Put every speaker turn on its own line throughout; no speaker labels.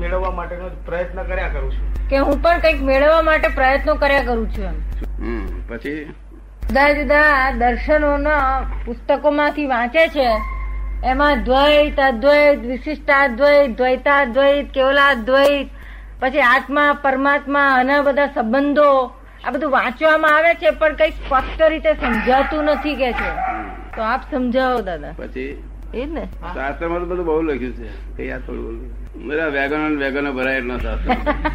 મેળવવા માટેનો જ પ્રયત્ન કર્યા કરું છું
કે હું પણ કંઈક મેળવવા માટે પ્રયત્નો કર્યા કરું છું એમ
હમ પછી
જુદા જુદા દર્શનોના પુસ્તકોમાંથી વાંચે છે એમાં દ્વૈત અદ્વૈત વિશિષ્ટાદ્વૈત દ્વૈતાદ્વૈત કેવલાદ્વૈત પછી આત્મા પરમાત્મા આના બધા સંબંધો આ બધું વાંચવામાં આવે છે પણ કંઈક સ્પષ્ટ રીતે સમજાતું નથી કે છે તો આપ સમજાવો દાદા
પછી
એ જ ને
શાસ્ત્રમાં તો બધું બહુ લખ્યું છે કઈ આ થોડું બોલું બધા વેગનો ને વેગનો ભરાય એટલા શાસ્ત્ર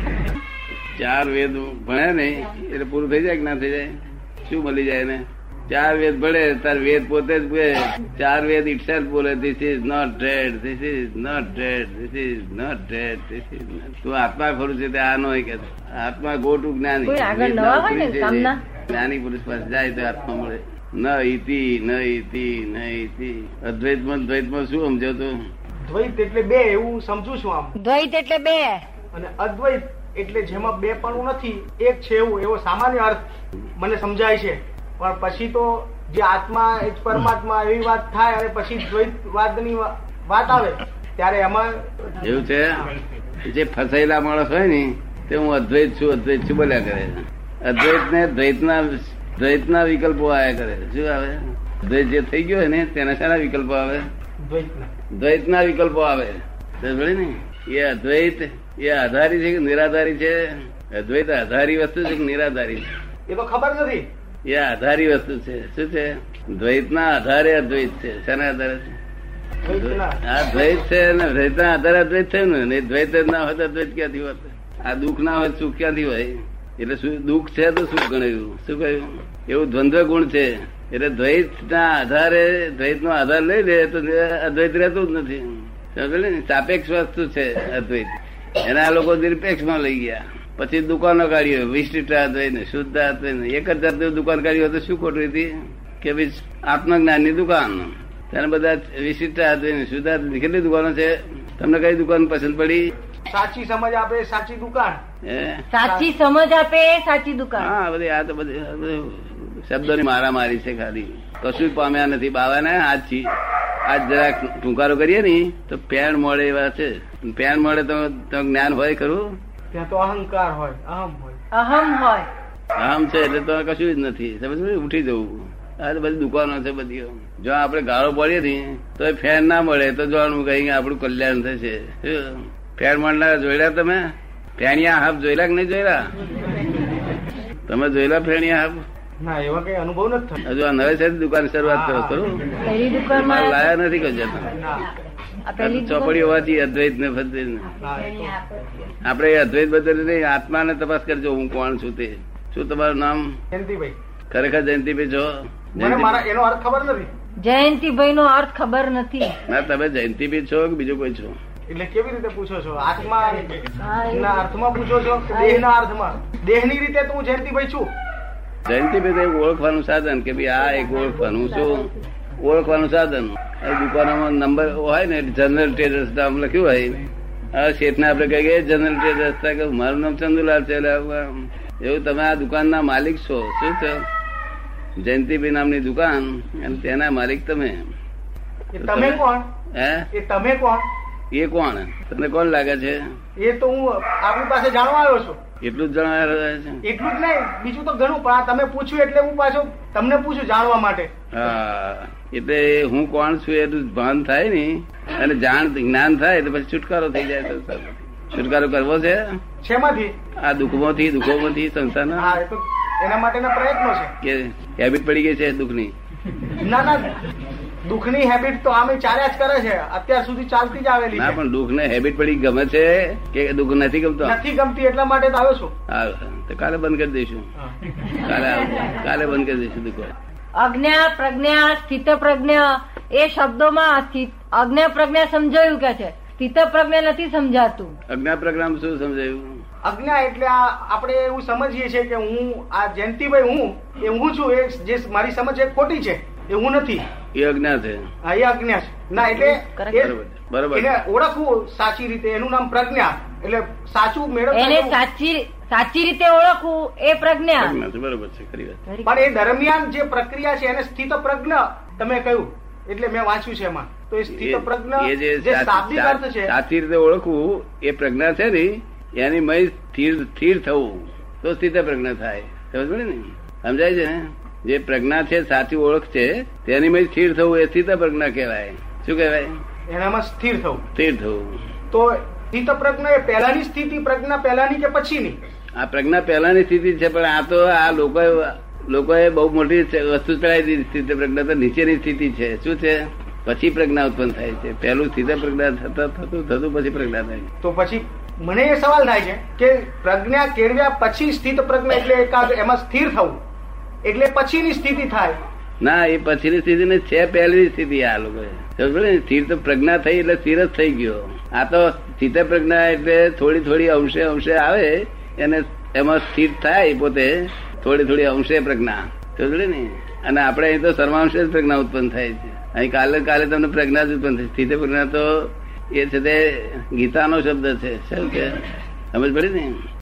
ચાર વેદ ભણ્યા નહીં એટલે પૂરું થઈ જાય કે ના થઈ જાય શું મળી જાય એને ચાર વેદ ભણે તાર વેદ પોતે જ બોલે ચાર વેદ ઇટસેલ્ફ બોલે this is not dead this is not dead this is not dead this is તું આત્મા ખરું છે તે આ નો કે આત્મા ગો ટુ જ્ઞાની
કોઈ આગળ નવા હોય ને કામના?
જ્ઞાની પુરુષ પાસે જાય તો આત્મા મળે ન ઇતિ ન ઇતિ ન ઇતિ અદ્વૈતમાં ને દ્વૈતમાં શું સમજાતું
દ્વૈત એટલે બે એવું સમજુ છું આમ
દ્વૈત એટલે બે
અને અદ્વૈત એટલે જેમાં બે પણ નથી એક છે એવું એવો સામાન્ય અર્થ મને સમજાય છે પણ પછી તો જે આત્મા એ જ પરમાત્મા એવી વાત થાય અને પછી દ્વૈતવાદની વા- વાત આવે ત્યારે એમાં
એવું છે જે ફસાયેલા માણસ હોય ને તે હું અદ્વૈત છું અદ્વૈત છું બોલ્યા કરે અદ્વૈત ને દ્વૈતના દ્વૈતના વિકલ્પો આયા કરે શું આવે દ્વૈત જે થઈ ગયો હોય ને તેના શાના વિકલ્પો આવે
દ્વૈતના
દ્વૈતના વિકલ્પો આવે સમજ પડી ને એ અદ્વૈત એ આધારી છે કે નિરાધારી છે અદ્વૈત આધારી વસ્તુ છે કે નિરાધારી છે
એ તો ખબર નથી
એ આધારી વસ્તુ છે શું છે દ્વૈતના આધારે અદ્વૈત છે શેના આધારે છે
દ્વૈતના
આ દ્વૈત છે ને દ્વૈતના આધારે અદ્વૈત છે ને નહીં દ્વૈત જ ના હોય તો અદ્વૈત ક્યાંથી હોત આ દુઃખ ના હોય તો સુખ ક્યાંથી હોય એટલે શું દુઃખ છે તો સુખ ગણાયું શું કહ્યું એવું દ્વંદ્વ ગુણ છે એટલે દ્વૈત ના આધારે દ્વૈત નો આધાર લઈ લે તો અદ્વૈત રહેતું જ નથી સમજે ને સાપેક્ષ વસ્તુ છે અદ્વૈત એના આ લોકો નિરપેક્ષ માં લઈ ગયા પછી દુકાનો કાઢી વિશિષ્ટ અદ્વૈત ને શુદ્ધ અદ્વૈત ને એક જ જાતની દુકાન કાઢી હોય તો શું ખોટું હતી કે ભાઈ આત્મજ્ઞાન ની દુકાન ત્યારે બધા વિશિષ્ટ આદમી શુદ્ધાત્મી કેટલી દુકાનો છે તમને કઈ દુકાન પસંદ પડી
સાચી સમજ આપે સાચી દુકાન
હે
સાચી સમજ આપે એ સાચી દુકાન
હા બધી આ તો બધી આ બધું શબ્દોની મારામારી છે ખાલી કશું જ પામ્યા નથી બાવાને આજથી આજ જરાક ટૂંકારો કરીએ ને તો પેણ મળે એવા છે પેણ મળે તો તો જ્ઞાન હોય ખરું
ત્યાં તો અહંકાર હોય અહમ હોય
અહમ હોય
આમ છે એટલે તો કશું જ નથી સમજ પડી? ઉઠી જવું આ તો બધી દુકાનો છે બધી જો આપણે ગાળો પડીએ ને તો એ ફેર ના મળે તો જાણવું કઈ આપણું કલ્યાણ થશે શું? ફેર મળનાર જોયેલા તમે ફેણિયા હાફ જોયેલા કે નહીં જોયેલા તમે જોયેલા ફેણિયા હાફ
ના એવા કઈ અનુભવ નથી થયો
હજુ આ નવે છે દુકાન શરૂઆત કરો ખરું
પહેલી
તમારે
દુકાનમાં
લાયા નથી કશું તમે.
ના
આ પહેલી
ચોપડી
દુકાન
હોવાથી અદ્વૈત ને ફદ્વૈત ને
ના એ તો-
આપણે એ અદ્વૈત બદલ નહીં આત્માને તપાસ કરજો હું કોણ છું તે શું તમારું નામ
જયંતિભાઈ
ખરેખર જયંતિભાઈ છો
મને મારા એનો અર્થ ખબર નથી
જયંતિભાઈ નો અર્થ ખબર નથી
ના તમે જયંતિભાઈ છો કે બીજો કોઈ છો
એટલે કેવી રીતે પૂછો છો આત્મા
હા, એ-
ના અર્થમાં પૂછો છો કે
હા, એ-
દેહના અર્થમાં દેહની રીતે તો હું જયંતિભાઈ છું
જયંતિભાઈ તો એક ઓળખવાનું સાધન કે ભાઈ આ એક ઓળખવાનું શું ઓળખવાનું સાધન આ દુકાનોમાં નંબર હોય ને જનરલ ટ્રેડર્સ નામ લખ્યું હોય આ શેઠને આપણે કહીએ કે જનરલ ટ્રેડર્સ તા કે મારું નામ ચંદુલાલ છે એટલે આમ એવું તમે આ દુકાનના માલિક છો શું છો જયંતિભાઈ નામની દુકાન અને તેના માલિક તમે
એ
તો
તમે
તમે-
કોણ
હે
એ તમે કોણ
એ કોણ તને કોણ લાગે છે
એ તો હું આપણી પાસે જાણવા આવ્યો છું
એટલું જ જણાય છે
એટલું જ નહીં બીજું તો ઘણું પણ આ તમે પૂછ્યું એટલે હું પાછો તમને પૂછું જાણવા માટે
હા એટલે હું કોણ છું એનું ભાન થાય ને અને જાણ જ્ઞાન થાય એટલે પછી છુટકારો થઈ જાય સંસારમાંથી. છુટકારો કરવો છે
શેમાંથી
આ દુઃખમાંથી દુઃખોમાંથી સંસારના
હા એ તો એના માટેના પ્રયત્નો છે
કે હેબિટ પડી ગઈ છે દુઃખની
ના ના દુઃખની હેબિટ તો આમે ચાલ્યા જ કરે છે અત્યાર સુધી ચાલતી જ આવેલી
ના
છે
પણ દુઃખને હેબિટ પડી ગમે છે કે દુઃખ નથી ગમતો
નથી ગમતી એટલા માટે તો આવ્યો છું
હા તો કાલે બંધ કરી દઈશું કાલે આવજો. કાલે બંધ કરી દઈશું દુઃખ
અજ્ઞા પ્રજ્ઞા સ્થિત પ્રજ્ઞા એ શબ્દોમાં સ્થિત અજ્ઞા પ્રજ્ઞા સમજાયું કે છે સ્થિત પ્રજ્ઞા નથી સમજાતું
અજ્ઞા પ્રજ્ઞામાં શું સમજાયું
અજ્ઞા એટલે આ આપણે એવું સમજીએ છીએ કે હું આ જયંતિભાઈ હું એ હું છું એ જે મારી સમજ એ ખોટી છે એ હું નથી
એ અજ્ઞા છે
હા એ અજ્ઞા છે ના એટલે
Correct.
બરોબર
એ-
બરોબર
એને ઓળખવું સાચી રીતે એનું નામ પ્રજ્ઞા એટલે સાચું મેળવતા
એને
જવું.
સાચી સાચી રીતે ઓળખવું એ પ્રજ્ઞા
અજ્ઞા છે બરોબર છે ખરી વાત
Very good.
પણ એ દરમિયાન જે પ્રક્રિયા છે એને સ્થિત પ્રજ્ઞ તમે કહ્યું એટલે મેં વાંચ્યું છે એમાં તો એ સ્થિત પ્રજ્ઞ
એ જે
જે
સાચ-
શાબ્દિક
સાચ-
અર્થ છે
સાચી રીતે ઓળખવું એ પ્રજ્ઞા છે ને એની મય સ્થિર સ્થિર થવું તો સ્થિત પ્રજ્ઞા થાય સમજ પડી ને સમજાય છે ને જે પ્રજ્ઞા છે સાચી ઓળખ છે તેની મય સ્થિર થવું એ સ્થિત પ્રજ્ઞા કહેવાય શું કહેવાય
એનામાં સ્થિર થવું
સ્થિર થવું
તો સ્થિત પ્રજ્ઞ એ પહેલાની સ્થિતિ પ્રજ્ઞા પહેલાની કે પછીની
આ પ્રજ્ઞા પહેલાની સ્થિતિ છે પણ આ તો આ લોકો લોકોએ બહુ મોટી છે- વસ્તુ ચડાવી દીધી સ્થિતિ પ્રજ્ઞા તો નીચેની સ્થિતિ છે શું છે પછી પ્રજ્ઞા ઉત્પન્ન થાય છે પહેલું સ્થિત પ્રજ્ઞા થતા થતું થતું પછી પ્રજ્ઞા થાય
તો પછી મને એ સવાલ થાય છે કે પ્રજ્ઞા કેળવ્યા પછી સ્થિત પ્રજ્ઞા એટલે એકાદ એમાં સ્થિર થવું એટલે પછીની સ્થિતિ થાય
ના એ પછીની સ્થિતિ ને છે પહેલી સ્થિતિ આ લોકો સ્થિર તો પ્રજ્ઞા થઈ એટલે સ્થિર જ થઈ ગયો આ તો સ્થિત પ્રજ્ઞા એટલે થોડી થોડી અંશે અંશે આવે એને એમાં સ્થિર થાય પોતે થોડી થોડી અંશે પ્રજ્ઞા સમજે ને અને આપણે અહીં તો સર્વાંશે જ પ્રજ્ઞા ઉત્પન્ન થાય છે અહીં કાલે કાલે તમને પ્રજ્ઞા જ ઉત્પન્ન થાય સ્થિત પ્રજ્ઞા તો એ છે તે ગીતાનો શબ્દ છે શું છે સમજ પડી ને